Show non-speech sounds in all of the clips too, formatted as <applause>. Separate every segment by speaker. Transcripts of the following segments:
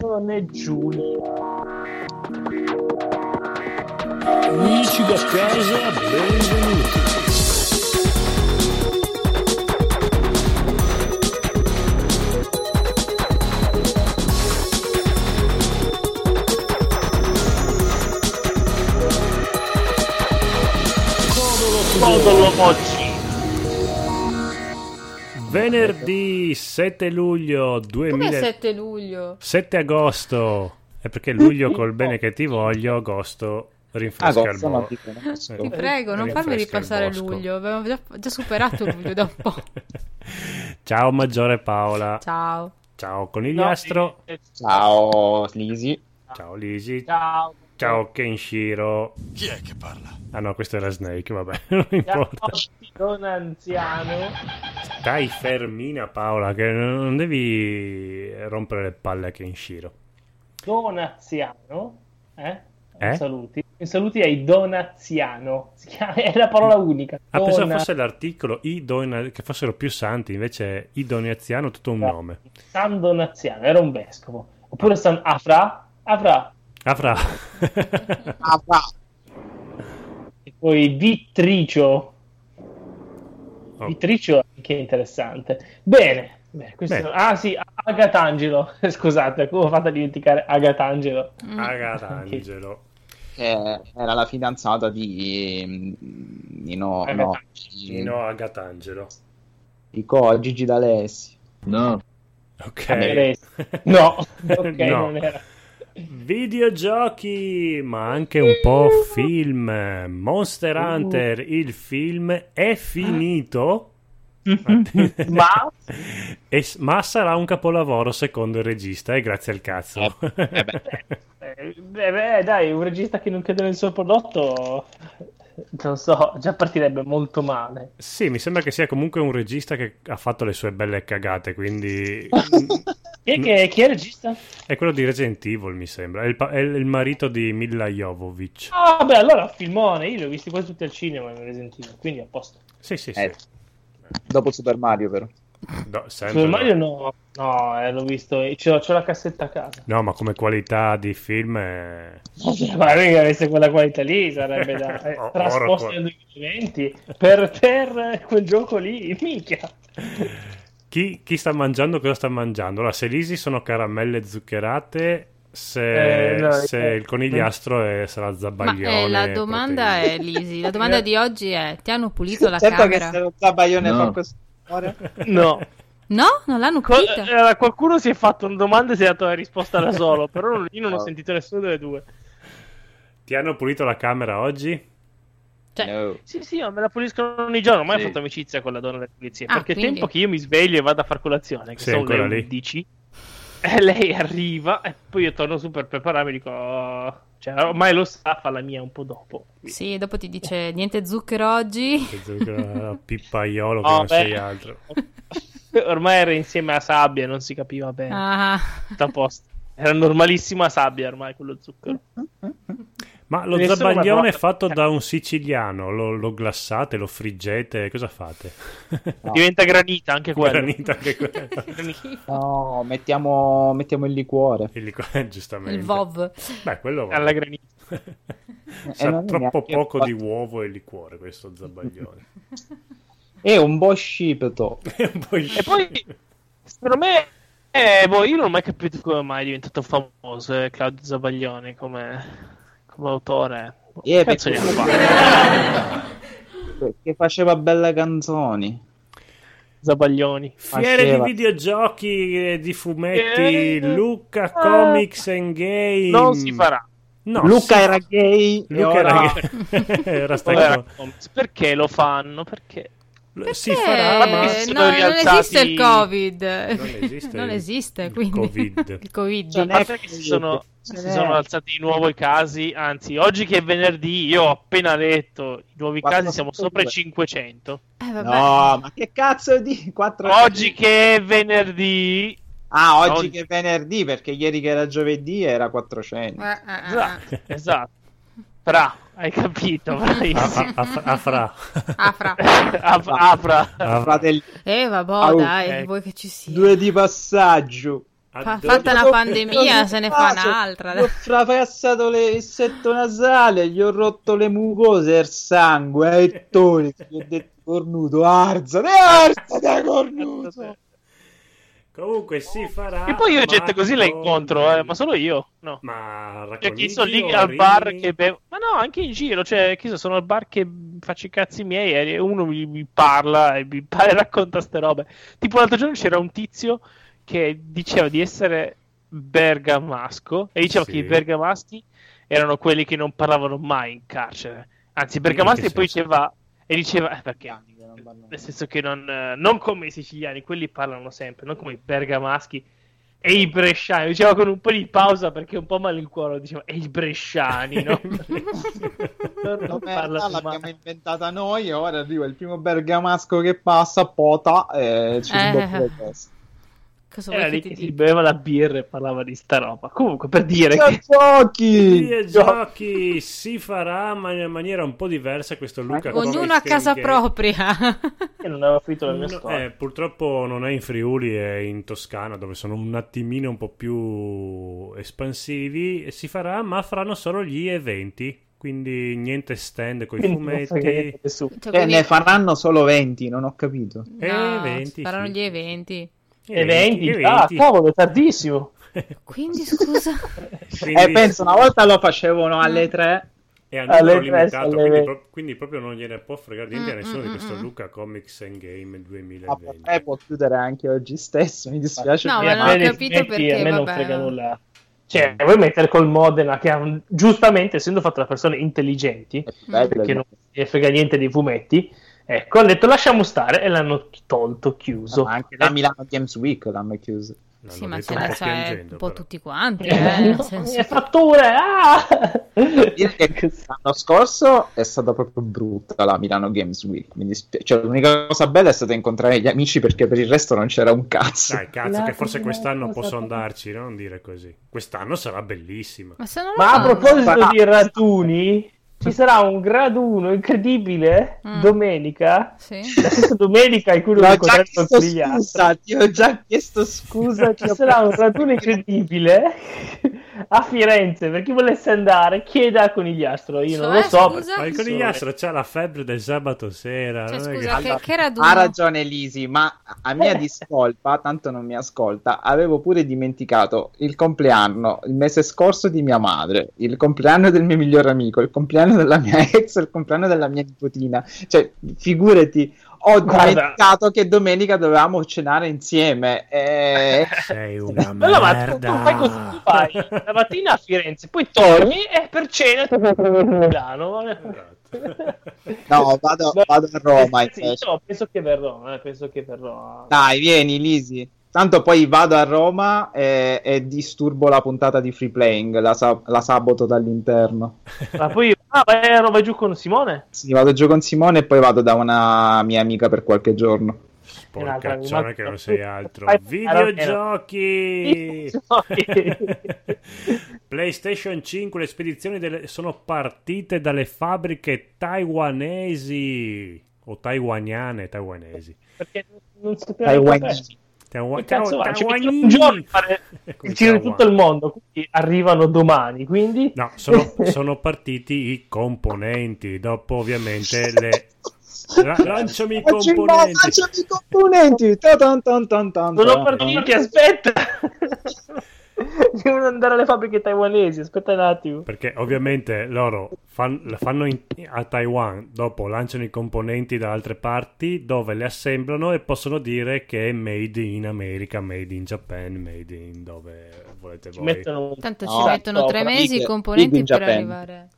Speaker 1: John e Giulia. Amici da casa, benvenuti. Modulo Mocci.
Speaker 2: Venerdì 7 luglio
Speaker 3: Come
Speaker 2: 2000...
Speaker 3: 7 luglio?
Speaker 2: 7 agosto. È perché luglio col bene che ti voglio, agosto rinfresca il
Speaker 4: Agosto, no,
Speaker 2: bo-
Speaker 4: dico, no, agosto.
Speaker 3: Ti prego, non
Speaker 2: rinfresca
Speaker 3: farmi
Speaker 2: il
Speaker 3: ripassare
Speaker 2: bosco.
Speaker 3: luglio. Abbiamo già, già superato luglio da un po'.
Speaker 2: <laughs> Ciao Maggiore Paola.
Speaker 3: Ciao.
Speaker 2: Ciao Conigliastro.
Speaker 1: No, eh,
Speaker 4: Ciao Lisi.
Speaker 2: Ciao Lisi.
Speaker 1: Ciao.
Speaker 2: Ciao Kenshiro.
Speaker 5: Chi è che parla?
Speaker 2: Ah no, questo era Snake, vabbè, <laughs> non importa.
Speaker 1: Ciao, anziano.
Speaker 2: Stai fermina Paola, che non devi rompere le palle a Kenshiro.
Speaker 1: Donaziano, eh?
Speaker 2: Eh?
Speaker 1: Mi saluti. Mi saluti ai Donaziano. Si chiama- è la parola unica.
Speaker 2: Ah,
Speaker 1: Dona-
Speaker 2: pensavo fosse l'articolo idonea- che fossero più santi, invece idoniaziano è tutto un
Speaker 1: No.
Speaker 2: nome.
Speaker 1: San Donaziano, era un vescovo. Oppure San Afra, Afra,
Speaker 2: Avrà.
Speaker 1: <laughs>
Speaker 4: Ah, va.
Speaker 1: e poi Vitricio.
Speaker 2: Oh.
Speaker 1: Vitricio è anche interessante. Bene. Beh, questo-
Speaker 2: Beh.
Speaker 1: Ah sì, Agatangelo, <laughs> scusate, come ho fatto a dimenticare Agatangelo?
Speaker 3: Mm.
Speaker 2: Ah, Agatangelo.
Speaker 4: Eh, era la fidanzata di, di no,
Speaker 1: Eh,
Speaker 4: no,
Speaker 1: beh,
Speaker 4: di,
Speaker 2: No, Agatangelo.
Speaker 4: di co- Gigi D'Alessi.
Speaker 5: No.
Speaker 2: Ok. <laughs>
Speaker 1: Vabbè, Ah, No, ok,
Speaker 2: No.
Speaker 1: non era.
Speaker 2: Videogiochi, ma anche un po' film.
Speaker 1: Uh.
Speaker 2: Monster Hunter, il film, è finito.
Speaker 1: Mm.
Speaker 2: <laughs>
Speaker 1: <laughs> Ma?
Speaker 2: E s- ma sarà un capolavoro secondo il regista e grazie al cazzo.
Speaker 4: eh beh.
Speaker 2: <laughs>
Speaker 1: Eh, beh, beh, dai, un regista che non crede nel suo prodotto, non so, già partirebbe molto male.
Speaker 2: <laughs> Sì, mi sembra che sia comunque un regista che ha fatto le sue belle cagate, quindi...
Speaker 1: Chi è, che- chi è il regista?
Speaker 2: è quello di Resident Evil, mi sembra. È il, pa- è il marito di Mila Jovovich.
Speaker 1: Ah, beh, allora filmone, io li ho visti quasi tutti al cinema in Resident Evil, quindi a posto.
Speaker 2: Sì, sì, sì.
Speaker 4: Eh, dopo Super Mario, però.
Speaker 2: No, sempre
Speaker 1: Super Mario
Speaker 2: no.
Speaker 1: no, no, eh, l'ho visto, c'ho, c'ho la cassetta a
Speaker 2: <laughs>
Speaker 1: casa.
Speaker 2: No, ma come qualità di film è...
Speaker 1: Ma lui che avesse quella qualità lì sarebbe da eh,
Speaker 2: Oro
Speaker 1: trasposto
Speaker 2: qua.
Speaker 1: nel 2020 per, per quel gioco lì, minchia.
Speaker 2: Chi, chi sta mangiando cosa sta mangiando? Allora, se l'Isi sono caramelle zuccherate, se,
Speaker 1: Eh, no,
Speaker 2: se
Speaker 1: eh.
Speaker 2: il conigliastro è- sarà
Speaker 3: Ma
Speaker 2: zabaglione.
Speaker 3: eh, la
Speaker 2: <laughs>
Speaker 3: domanda è, Lisi, la
Speaker 2: Eh.
Speaker 3: domanda di oggi è, ti hanno pulito la
Speaker 4: certo che
Speaker 3: camera?
Speaker 4: se lo Zabaione
Speaker 5: No.
Speaker 4: fa questo ora.
Speaker 2: proteina.
Speaker 1: No.
Speaker 3: No? Non l'hanno
Speaker 1: Co-
Speaker 3: pulita?
Speaker 1: eh, qualcuno si è fatto una domanda e si è dato la risposta da solo, però
Speaker 2: <laughs>
Speaker 1: non- io non ho
Speaker 2: Ah.
Speaker 4: No.
Speaker 1: sentito nessuno delle due.
Speaker 2: Ti hanno pulito la camera oggi?
Speaker 3: Cioè,
Speaker 4: No.
Speaker 1: Sì, sì, ma me la puliscono ogni giorno. Ormai
Speaker 4: Sì.
Speaker 1: ho fatto amicizia con la donna della pulizia.
Speaker 3: Ah,
Speaker 1: perché è
Speaker 3: quindi.
Speaker 1: tempo che io mi sveglio e vado a far colazione, che
Speaker 2: Sì,
Speaker 1: sono
Speaker 2: ancora
Speaker 1: le
Speaker 2: lì.
Speaker 1: 11, e lei arriva e poi io torno su per prepararmi. Dico, "Oh", cioè, ormai lo sa, fa la mia un po' dopo.
Speaker 3: sì, dopo ti dice niente zucchero
Speaker 4: <laughs>
Speaker 3: oggi.
Speaker 2: Che zucchero
Speaker 3: <laughs>
Speaker 2: a pippaiolo che
Speaker 1: No,
Speaker 2: non
Speaker 1: beh.
Speaker 2: sei altro.
Speaker 1: <laughs> Ormai era insieme a Sabbia, non si capiva bene.
Speaker 3: Ah.
Speaker 1: Tutto a posto. Era normalissima Sabbia ormai quello zucchero.
Speaker 2: Ma lo
Speaker 1: Nessuno
Speaker 2: zabaglione
Speaker 1: guarda-
Speaker 2: è fatto da un siciliano, lo, lo glassate, lo friggete, cosa fate?
Speaker 1: Diventa granita anche quello.
Speaker 2: Granita anche
Speaker 3: <laughs>
Speaker 2: quello.
Speaker 4: <laughs> No, mettiamo, mettiamo il liquore.
Speaker 2: Il liquore, eh, giustamente.
Speaker 3: Il VOV.
Speaker 2: Beh, quello va.
Speaker 1: Alla
Speaker 2: <laughs>
Speaker 1: granita.
Speaker 4: Eh,
Speaker 2: Sa
Speaker 4: non è
Speaker 2: troppo
Speaker 4: neanche-
Speaker 2: poco di uovo e liquore questo zabaglione. <laughs>
Speaker 4: E un po' scipito.
Speaker 2: È un po'
Speaker 1: E poi, secondo me, eh, boh, io non ho mai capito come mai è diventato famoso eh, Claudio Zabaglioni come, come autore. Boh,
Speaker 4: Eh,
Speaker 1: Che cazzo gli hanno
Speaker 4: perché-
Speaker 1: fatto?
Speaker 4: Che faceva belle canzoni.
Speaker 1: Zabaglioni.
Speaker 2: Fiere di
Speaker 4: Faceva.
Speaker 2: videogiochi e di fumetti,
Speaker 1: Eh,
Speaker 2: Luca
Speaker 1: eh,
Speaker 2: Comics and Game.
Speaker 1: Non si farà.
Speaker 2: No,
Speaker 4: Luca
Speaker 2: si-
Speaker 4: era gay. e
Speaker 2: Luca
Speaker 4: ora-
Speaker 2: era <laughs> era
Speaker 1: Povera
Speaker 2: stanco.
Speaker 1: Comics. Perché lo fanno? Perché?
Speaker 2: Si farà,
Speaker 3: Eh,
Speaker 2: ma
Speaker 1: si
Speaker 3: no,
Speaker 1: sono
Speaker 3: non
Speaker 1: rialzati-
Speaker 3: esiste il Covid.
Speaker 2: Non esiste
Speaker 3: Non
Speaker 2: il-
Speaker 3: esiste,
Speaker 2: il
Speaker 3: quindi.
Speaker 2: Covid.
Speaker 3: <laughs> Il Covid.
Speaker 4: Cioè,
Speaker 1: A parte che si sono, si sono alzati di nuovo i casi, anzi, oggi che è venerdì, io ho appena letto i nuovi casi, siamo sopra i 500.
Speaker 3: Eh, vabbè.
Speaker 4: <laughs> No, ma che cazzo di 4
Speaker 1: Oggi che è venerdì,
Speaker 4: Ah, oggi
Speaker 1: oggi.
Speaker 4: che è venerdì, perché ieri che era giovedì era 400.
Speaker 3: Eh, eh, eh, eh.
Speaker 1: esatto, esatto. Fra, hai capito, bravissimo.
Speaker 2: a, a- a- a fra.
Speaker 3: Ah,
Speaker 1: <laughs>
Speaker 3: fra.
Speaker 1: Ap- apra.
Speaker 2: A-
Speaker 3: Ah.
Speaker 4: Fratelli,
Speaker 3: Eh, vabbò,
Speaker 4: Au,
Speaker 3: dai,
Speaker 1: ecco.
Speaker 3: vuoi che ci sia.
Speaker 4: due di passaggio.
Speaker 3: Fa-
Speaker 2: Addo-
Speaker 3: fatta una pandemia,
Speaker 4: Cosa
Speaker 3: se ne fa
Speaker 4: faccio?
Speaker 3: un'altra.
Speaker 4: Gli ho frapassato le- il setto nasale, gli ho rotto le mucose, il sangue, eh, e tu gli ho detto cornuto, arzate, arzate cornuto.
Speaker 2: Comunque si farà.
Speaker 1: E poi io gente
Speaker 2: Marco-
Speaker 1: così la incontro, eh, ma solo io, no.
Speaker 2: Ma
Speaker 1: Cioè,
Speaker 2: Racconigi
Speaker 1: chi sono lì
Speaker 2: o
Speaker 1: al bar
Speaker 2: Rimini?
Speaker 1: che bevo. Ma no, anche in giro. Cioè, chi so, sono al bar che faccio i cazzi miei e uno mi, mi parla e mi <laughs> pa- racconta ste robe. Tipo l'altro giorno c'era un tizio che diceva di essere bergamasco e diceva
Speaker 2: Sì.
Speaker 1: che i bergamaschi erano quelli che non parlavano mai in carcere. Anzi, i
Speaker 2: In
Speaker 1: bergamaschi
Speaker 2: che
Speaker 1: poi
Speaker 2: senso?
Speaker 1: diceva. E diceva. eh, perché?
Speaker 4: Non vanno-
Speaker 1: Nel senso che non, eh, non come i siciliani, quelli parlano sempre, non come i bergamaschi e i bresciani. Diceva con un po' di pausa perché un po' malincuore, diceva e i bresciani,
Speaker 2: <laughs>
Speaker 1: no? non
Speaker 4: No,
Speaker 1: non
Speaker 4: merda,
Speaker 1: parlano
Speaker 4: l'abbiamo
Speaker 1: mai.
Speaker 4: inventata noi e ora arriva il primo bergamasco che passa, pota e ci
Speaker 3: Eh. <laughs>
Speaker 4: doppia le teste.
Speaker 3: Cosa
Speaker 1: Era
Speaker 3: vuoi
Speaker 1: lì
Speaker 3: che ti
Speaker 1: che si
Speaker 3: dica?
Speaker 1: beveva la birra e parlava di sta roba. Comunque, per dire
Speaker 4: Io
Speaker 1: <laughs> che
Speaker 4: giochi!
Speaker 2: Sì, giochi si farà ma in maniera un po' diversa questo Luca
Speaker 3: Ognuno
Speaker 2: Comics
Speaker 3: a casa
Speaker 2: Game.
Speaker 4: <laughs>
Speaker 3: propria. Cioè,
Speaker 1: io non avevo finito la mia
Speaker 2: No,
Speaker 1: storia.
Speaker 2: eh, purtroppo non è in Friuli, è in Toscana dove sono un attimino un po' più espansivi. e Si farà, ma faranno solo gli eventi, quindi niente stand con i
Speaker 1: Quindi non frega niente
Speaker 2: fumetti.
Speaker 1: a nessuno.
Speaker 3: Cioè,
Speaker 4: Eh,
Speaker 3: quindi-
Speaker 4: ne faranno solo 20, non ho capito.
Speaker 3: no,
Speaker 2: eventi, Eh,
Speaker 3: faranno
Speaker 2: sì.
Speaker 3: gli eventi.
Speaker 1: Eventi, ah,
Speaker 2: eventi.
Speaker 1: cavolo, è tardissimo.
Speaker 2: <laughs>
Speaker 3: Quindi scusa.
Speaker 1: <laughs>
Speaker 3: <laughs>
Speaker 2: Quindi-
Speaker 4: Eh, penso, una volta lo facevano alle 3.
Speaker 2: è a numero
Speaker 1: Alle
Speaker 2: limitato,
Speaker 1: tre, alle
Speaker 2: quindi,
Speaker 1: venti.
Speaker 2: pro- quindi proprio non gliene può fregare niente a
Speaker 3: Mm,
Speaker 2: nessuno di
Speaker 3: mm,
Speaker 2: questo
Speaker 3: mm.
Speaker 2: Luca Comics and
Speaker 1: Ah,
Speaker 2: Game
Speaker 4: Ma
Speaker 2: 2020.
Speaker 4: potrei
Speaker 1: boh.
Speaker 4: può chiudere anche oggi stesso, mi dispiace.
Speaker 3: No,
Speaker 4: per-
Speaker 3: ma
Speaker 1: Eh,
Speaker 3: non
Speaker 1: a
Speaker 3: ho
Speaker 1: me ne-
Speaker 3: capito
Speaker 1: metti,
Speaker 3: perché,
Speaker 1: A me non
Speaker 3: vabbè.
Speaker 1: frega nulla. Cioè, vuoi mettere col Modena, che ha un- giustamente, essendo fatto da persone intelligenti,
Speaker 4: Bello, eh.
Speaker 1: che non ne frega niente dei fumetti. Ecco, hanno detto lasciamo stare e l'hanno tolto, chiuso.
Speaker 4: Ah,
Speaker 1: Eh,
Speaker 4: ma anche la Milano Games Week l'hanno chiuso.
Speaker 2: L'hanno
Speaker 3: Sì, ma
Speaker 2: detto
Speaker 3: ce
Speaker 2: un
Speaker 3: ne
Speaker 2: po'
Speaker 3: c'è
Speaker 2: piangendo,
Speaker 3: un po'
Speaker 2: però.
Speaker 3: tutti quanti.
Speaker 1: Eh,
Speaker 3: eh, nel
Speaker 1: no,
Speaker 3: senso-
Speaker 1: le fatture, ah! <laughs>
Speaker 4: Dire che l'anno scorso è stata proprio brutta la Milano Games Week. Mi dispi- cioè, l'unica cosa bella è stata incontrare gli amici perché per il resto non c'era un cazzo.
Speaker 2: Dai, cazzo,
Speaker 1: La
Speaker 2: che forse
Speaker 1: prima
Speaker 2: quest'anno
Speaker 1: cosa
Speaker 2: posso
Speaker 1: che-
Speaker 2: andarci, no? non dire così. Quest'anno sarà bellissima.
Speaker 3: Ma se non lo
Speaker 1: Ma a
Speaker 3: fanno-
Speaker 4: Ah,
Speaker 1: proposito di raduni, ci sarà un graduno incredibile
Speaker 3: Mm.
Speaker 1: domenica.
Speaker 3: Sì.
Speaker 1: La stessa domenica in cui lo
Speaker 4: L'ho già
Speaker 1: incontrerò con
Speaker 4: chiesto
Speaker 1: gli altri.
Speaker 4: scusa, ti ho già chiesto scusa. ti
Speaker 1: Ci
Speaker 4: ho-
Speaker 1: sarà un raduno incredibile a Firenze. Per chi volesse andare, chieda a Conigliastro. Io non
Speaker 3: Cioè,
Speaker 1: lo so.
Speaker 3: scusa?
Speaker 2: Ma il conigliastro c'ha la febbre del sabato sera.
Speaker 3: Cioè,
Speaker 2: Ah, non è
Speaker 3: scusa,
Speaker 2: che-
Speaker 3: che, che raduno?
Speaker 4: Ha ragione Lisi, ma a mia discolpa, tanto non mi ascolta, avevo pure dimenticato il compleanno il mese scorso di mia madre, il compleanno del mio miglior amico, il compleanno della mia <laughs> ex, il compleanno della mia nipotina. Cioè, figurati, ho
Speaker 1: Guarda.
Speaker 4: dimenticato che domenica dovevamo cenare insieme.
Speaker 1: <laughs>
Speaker 4: E...
Speaker 2: Sei una
Speaker 1: Ma no, ma tu,
Speaker 2: Ah, merda.
Speaker 1: tu fai così, tu
Speaker 2: <laughs>
Speaker 1: vai la mattina a Firenze, poi torni e per cena ti vai a Milano.
Speaker 2: Esatto.
Speaker 4: <laughs> No, vado, vado a Roma
Speaker 1: Sì,
Speaker 4: invece.
Speaker 1: no, penso che verrò, eh, penso che verrò.
Speaker 4: Dai, vieni Lisi. Tanto poi vado a Roma e, e disturbo la puntata di free playing, la sa- la saboto dall'interno.
Speaker 1: Ma poi ah, vai, a Roma, vai giù con Simone.
Speaker 4: Sì, vado giù con Simone e poi vado da una mia amica per qualche giorno.
Speaker 2: Porcaccione che non sei altro.
Speaker 1: Fai-
Speaker 2: Videogiochi!
Speaker 1: Videogiochi!
Speaker 2: <laughs> PlayStation 5, le spedizioni delle- sono partite dalle fabbriche taiwanesi o taiwaniane, taiwanesi.
Speaker 1: Perché non sapevo
Speaker 4: Taiwan.
Speaker 2: Taiwa-
Speaker 1: Che cazzo va? Ci mettono
Speaker 2: taiwanini!
Speaker 1: un giorno a fare
Speaker 2: <laughs> Come
Speaker 1: il giro di
Speaker 2: Taiwan.
Speaker 1: tutto il mondo, quindi arrivano domani, quindi...
Speaker 2: No,
Speaker 1: <laughs>
Speaker 2: sono, sono partiti i componenti, dopo ovviamente le...
Speaker 4: <laughs>
Speaker 2: Ra- lanciami i
Speaker 4: Faccio in modo-
Speaker 2: componenti.
Speaker 4: Facciamo i componenti. Ta tan tan tan tan
Speaker 1: Sono
Speaker 4: tan.
Speaker 2: Eh,
Speaker 1: partiti,
Speaker 2: <laughs>
Speaker 1: aspetta! Devono andare alle fabbriche taiwanesi, aspetta un attimo.
Speaker 2: Perché ovviamente loro fan- la fanno in- a Taiwan, dopo lanciano i componenti da altre parti dove le assemblano e possono dire che è made in America, made in Japan, made in dove volete
Speaker 1: Ci
Speaker 2: voi.
Speaker 1: mettono un
Speaker 3: Tanto ci
Speaker 4: No,
Speaker 3: mettono
Speaker 4: no,
Speaker 3: tre
Speaker 4: però
Speaker 3: mesi
Speaker 4: big-
Speaker 3: i componenti
Speaker 4: big in
Speaker 3: per
Speaker 4: Japan.
Speaker 3: arrivare.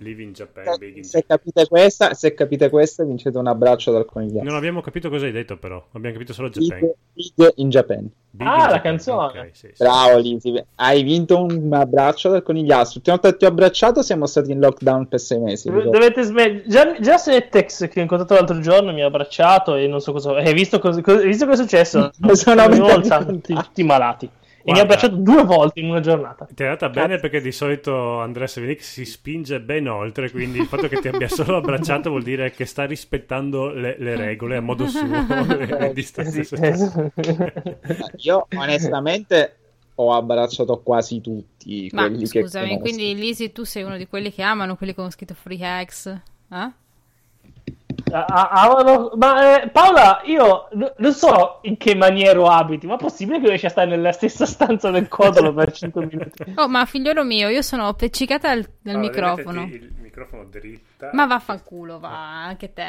Speaker 2: Live in Japan,
Speaker 1: Eh,
Speaker 4: Se-
Speaker 2: made in
Speaker 4: Se
Speaker 2: Japan.
Speaker 4: capite questa, se capite questa, vincete un abbraccio dal conigliato.
Speaker 2: Non abbiamo capito cosa hai detto però, abbiamo capito solo Japan.
Speaker 4: Big, big in Japan.
Speaker 2: Big
Speaker 1: Ah,
Speaker 2: in
Speaker 1: la
Speaker 2: Japan,
Speaker 1: canzone.
Speaker 2: ok, sì, sì.
Speaker 4: Bravo Lisi, hai vinto un abbraccio dal conigliastro. L'ultima volta che ti ho abbracciato siamo stati in lockdown per sei mesi.
Speaker 1: Dov- Dovete smettere. Già, già Setex che ho incontrato l'altro giorno mi ha eh, abbracciato e non so cosa. Hai visto cosa, cosa- hai visto cosa è successo?
Speaker 4: Sono
Speaker 1: Ogni volta tutti,
Speaker 4: veramente-
Speaker 1: tutti malati. E ne ho
Speaker 2: Guarda.
Speaker 1: baciato due volte in una giornata.
Speaker 2: Ti è andata bene perché di solito Andrea Sevenic si spinge ben oltre, quindi il fatto che ti abbia solo abbracciato vuol dire che sta rispettando le, le regole a modo
Speaker 3: <laughs>
Speaker 2: suo,
Speaker 1: Esatto,
Speaker 2: le, le distanze
Speaker 1: Sì,
Speaker 2: sociali.
Speaker 1: esatto.
Speaker 4: "Eh, Io onestamente ho abbracciato quasi tutti
Speaker 3: Ma
Speaker 4: quelli che
Speaker 3: scusami,
Speaker 4: conosco.
Speaker 3: quindi Lisi, tu sei uno di quelli che amano quelli con scritto free hacks? Eh?
Speaker 1: A- a- amano- Ma eh, Paola, io n- non so in che maniero abiti, ma è possibile che riesci a stare nella stessa stanza del codolo
Speaker 2: <laughs>
Speaker 1: per 5 minuti?
Speaker 3: Oh, ma figliolo mio, io sono appiccicata al, al
Speaker 2: Allora,
Speaker 3: microfono.
Speaker 2: mettiti Il microfono dritta.
Speaker 3: Ma vaffanculo, va, anche te.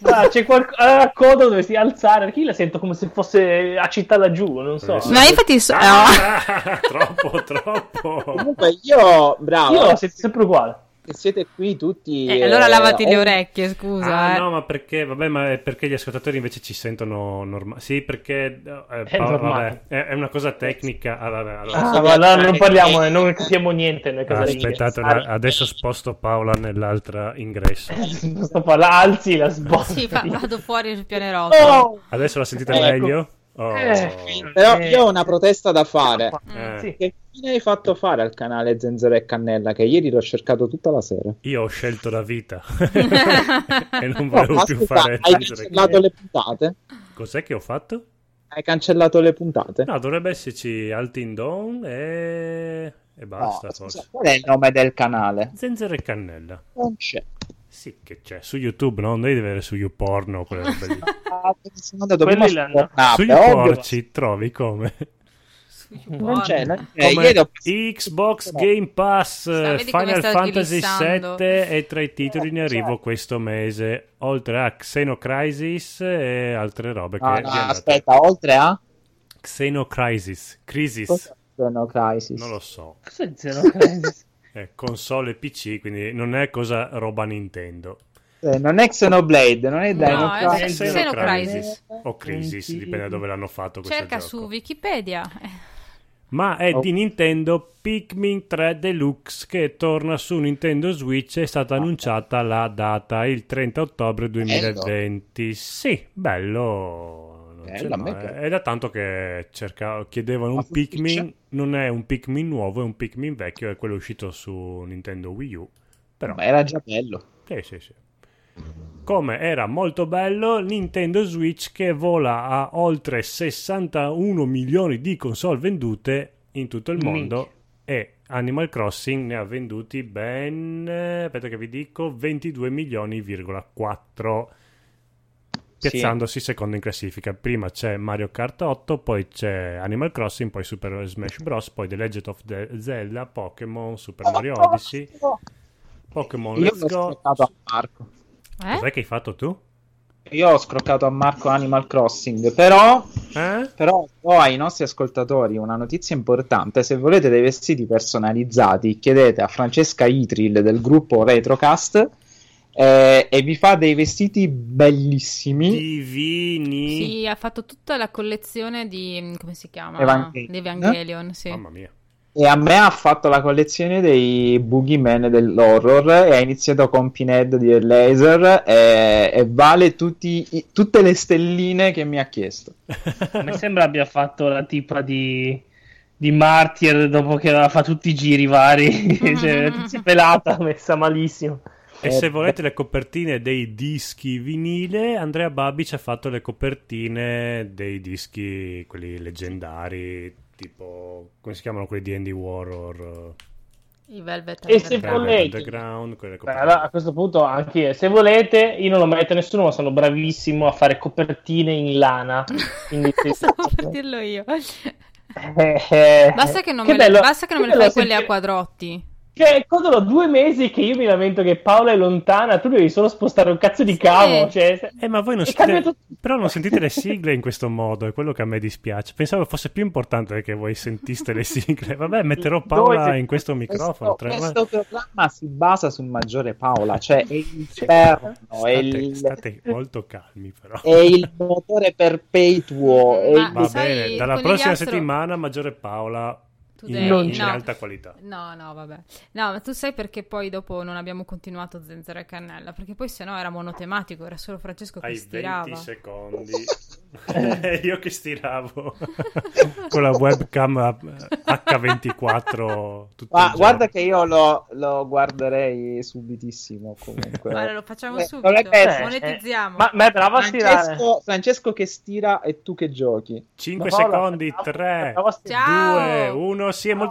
Speaker 1: Ma c'è qualcosa allora, codolo dovresti alzare, perché io la sento come se fosse a città laggiù, non so.
Speaker 2: Sì.
Speaker 3: Ma infatti so- oh.
Speaker 2: Ah, <laughs> troppo, troppo.
Speaker 4: Comunque io, bravo,
Speaker 1: Io la sento sempre uguale.
Speaker 4: che siete qui tutti...
Speaker 3: Eh, allora lavati le
Speaker 4: eh,
Speaker 3: orecchie, scusa.
Speaker 2: Ah,
Speaker 3: eh.
Speaker 2: no, ma perché? Vabbè, ma è perché gli ascoltatori invece ci sentono normali. Sì, perché eh, Paolo,
Speaker 1: normale.
Speaker 2: vabbè, è, è una cosa tecnica. Ah, vabbè, allora,
Speaker 1: Ah, ma allora non parliamo, eh, non capiamo niente. nelle
Speaker 2: Ah,
Speaker 1: cose lì.
Speaker 2: aspettate, una- adesso sposto Paola nell'altra ingresso.
Speaker 1: Non <laughs> sto parlando, alzi la sbotta.
Speaker 3: Sì, fa- vado fuori sul pianerottolo.
Speaker 1: Oh!
Speaker 2: Adesso la sentite
Speaker 4: Ecco.
Speaker 2: meglio? Oh.
Speaker 1: Eh.
Speaker 4: Però io ho una protesta da fare.
Speaker 2: Eh.
Speaker 1: Sì.
Speaker 4: Che fine hai fatto fare al canale Zenzero e Cannella? Che ieri l'ho cercato tutta la sera.
Speaker 2: Io ho scelto la vita e non volevo
Speaker 4: ma
Speaker 2: più
Speaker 4: scusa,
Speaker 2: fare.
Speaker 4: hai cancellato le puntate?
Speaker 2: Cos'è che ho fatto?
Speaker 4: Hai cancellato le puntate?
Speaker 2: No, dovrebbe esserci Altin Dawn e, e basta.
Speaker 4: No, scusa,
Speaker 2: forse.
Speaker 4: qual è il nome del canale?
Speaker 2: Zenzero e cannella.
Speaker 4: Non c'è.
Speaker 2: Sì, che c'è su YouTube, no? Non devi avere su YouPorn o quelle robe lì.
Speaker 4: Ah, sono andato
Speaker 1: Quelli
Speaker 4: prima su
Speaker 1: l'hanno-
Speaker 4: Pornhub,
Speaker 2: su
Speaker 4: è Ah, ovvio.
Speaker 2: YouPorn ci trovi come?
Speaker 4: Non c'è, non c'è.
Speaker 2: Come
Speaker 4: Eh, Ieri ho-
Speaker 2: Xbox
Speaker 4: No.
Speaker 2: Game Pass, eh,
Speaker 3: Sa, vedi come
Speaker 2: Final
Speaker 3: sta
Speaker 2: Fantasy
Speaker 3: glissando.
Speaker 2: 7 e tra i titoli in
Speaker 4: Eh,
Speaker 2: arrivo
Speaker 4: certo.
Speaker 2: questo mese, oltre a Xenocrisis e altre robe
Speaker 4: No,
Speaker 2: che
Speaker 4: Ah, no,
Speaker 2: vi andate-
Speaker 4: aspetta, oltre a...
Speaker 2: Xenocrisis, Crisis,
Speaker 4: Cosa sono Crisis?
Speaker 2: non lo so,
Speaker 1: Cos'è il Zero Crisis?
Speaker 2: è console e PC, quindi non è cosa roba Nintendo.
Speaker 4: Eh, non è Xenoblade, non è Dino
Speaker 2: eh,
Speaker 3: No, è
Speaker 4: Crisis.
Speaker 3: Xenocrisis.
Speaker 2: o Crisis, dipende da dove l'hanno fatto questo
Speaker 3: Cerca
Speaker 2: gioco.
Speaker 3: su Wikipedia. Eh?
Speaker 2: Ma
Speaker 4: Oh.
Speaker 2: è di Nintendo Pikmin 3 Deluxe che torna su Nintendo Switch. È stata annunciata la data il 30 ottobre 2020. Sì, bello. non c'è
Speaker 4: Bello, a me
Speaker 2: male.
Speaker 4: piace.
Speaker 2: È da tanto che cercavo, chiedevano
Speaker 4: Ma
Speaker 2: un
Speaker 4: su
Speaker 2: Pikmin.
Speaker 4: Switch?
Speaker 2: Non è un Pikmin nuovo, è un Pikmin vecchio. È quello uscito su Nintendo Wii U. Però,
Speaker 4: Ma era già bello.
Speaker 2: sì, sì, sì. Come era molto bello Nintendo Switch che vola a oltre 61 milioni di console vendute in tutto il mondo
Speaker 1: Minchia.
Speaker 2: e Animal Crossing ne ha venduti ben, eh, aspetta che vi dico, 22 milioni,4 piazzandosi secondo in classifica. Prima c'è Mario Kart 8, poi c'è Animal Crossing, poi Super Smash Bros, poi The Legend of Ze- Zelda, Pokémon, Super Mario Odyssey, Pokémon
Speaker 4: Oh, Io
Speaker 2: Let's
Speaker 4: l'ho
Speaker 2: Go.
Speaker 4: scroccato a Marco.
Speaker 3: Eh?
Speaker 2: Cos'è che hai fatto tu?
Speaker 4: Io ho scroccato a Marco Animal Crossing, però
Speaker 2: Eh?
Speaker 4: Però ho ai nostri ascoltatori una notizia importante, se volete dei vestiti personalizzati chiedete a Francesca Itril del gruppo Retrocast eh, e vi fa dei vestiti bellissimi.
Speaker 2: Divini.
Speaker 3: Sì, ha fatto tutta la collezione di... mm, come si chiama?
Speaker 4: Evangelion.
Speaker 3: Di Evangelion, sì.
Speaker 2: Mamma mia.
Speaker 4: E a me ha fatto la collezione dei boogeyman dell'horror e ha iniziato con Pinhead di Laser e, e vale tutti i- tutte le stelline che mi ha chiesto.
Speaker 1: Mi sembra abbia fatto la tipa di, di Martyr dopo che aveva fatto tutti i giri vari. <laughs> cioè,
Speaker 3: Mm.
Speaker 1: la tizia pelata, messa malissimo.
Speaker 2: <laughs> E se volete le copertine dei dischi vinile, Andrea Babbi ci ha fatto le copertine dei dischi, quelli leggendari, tipo, come si chiamano quelli di Andy Warhor?
Speaker 3: I Velvet
Speaker 1: E se
Speaker 2: <laughs> eh,
Speaker 3: Underground.
Speaker 1: volete-
Speaker 2: Underground, quelle
Speaker 1: Beh,
Speaker 2: copertine.
Speaker 1: allora, a questo punto, anche io, se volete, io non lo merito nessuno, ma sono bravissimo a fare copertine in lana. <laughs> Quindi, se-
Speaker 3: Stavo per dirlo io.
Speaker 1: Eh, eh.
Speaker 3: Basta che non me,
Speaker 1: bello-
Speaker 3: le, basta che non me le
Speaker 1: bello
Speaker 3: fai quelle a
Speaker 1: sentire-
Speaker 3: quadrotti.
Speaker 1: Cioè, Codolo, due mesi che io mi lamento che Paola è lontana, tu devi solo spostare un cazzo di
Speaker 3: Sì.
Speaker 1: cavo. Cioè, se-
Speaker 2: Eh, ma voi non
Speaker 1: è
Speaker 2: sentite,
Speaker 1: cambiato-
Speaker 2: però non
Speaker 1: <laughs>
Speaker 2: sentite le sigle in questo modo, è quello che a me dispiace. Pensavo fosse più importante che voi sentiste le sigle. Vabbè, metterò Paola
Speaker 1: Noi-
Speaker 2: in questo microfono. tra-
Speaker 4: questo, questo programma si basa sul maggiore Paola, cioè
Speaker 2: <laughs>
Speaker 4: è l'inferno, è
Speaker 2: State,
Speaker 4: il,
Speaker 2: state molto calmi, però.
Speaker 4: è il motore perpetuo. è
Speaker 3: Eh, Ma-
Speaker 4: il-
Speaker 2: Va
Speaker 3: Ah, Sai,
Speaker 2: bene, dalla
Speaker 3: con il
Speaker 2: prossima
Speaker 3: gastro-
Speaker 2: settimana Maggiore Paola
Speaker 3: Tu
Speaker 2: in,
Speaker 3: devi-
Speaker 1: Non
Speaker 2: in
Speaker 1: c'è.
Speaker 2: alta qualità.
Speaker 3: No, no, vabbè. No, ma tu sai perché poi dopo non abbiamo continuato Zenzero e Cannella? Perché poi sennò era monotematico, era solo Francesco che
Speaker 2: Hai
Speaker 4: <laughs>
Speaker 3: stirava.
Speaker 2: 20 secondi. Eh, Io che stiravo con la webcam a- H24. tutto
Speaker 4: Ma
Speaker 2: il
Speaker 4: guarda
Speaker 2: giorno.
Speaker 4: che io lo, lo guarderei subitissimo comunque.
Speaker 3: <laughs> <laughs> Guarda, lo facciamo
Speaker 4: Eh,
Speaker 3: subito.
Speaker 4: non è
Speaker 5: cioè,
Speaker 4: che-
Speaker 3: Monetizziamo.
Speaker 5: Ma, ma è bravo a stirare.
Speaker 4: Francesco, Francesco che stira e tu che giochi.
Speaker 2: 5
Speaker 5: Paola,
Speaker 2: secondi,
Speaker 5: bravo,
Speaker 2: 3,
Speaker 5: bravo a stirare.
Speaker 3: Ciao.
Speaker 2: 2, 1. Sì, è molto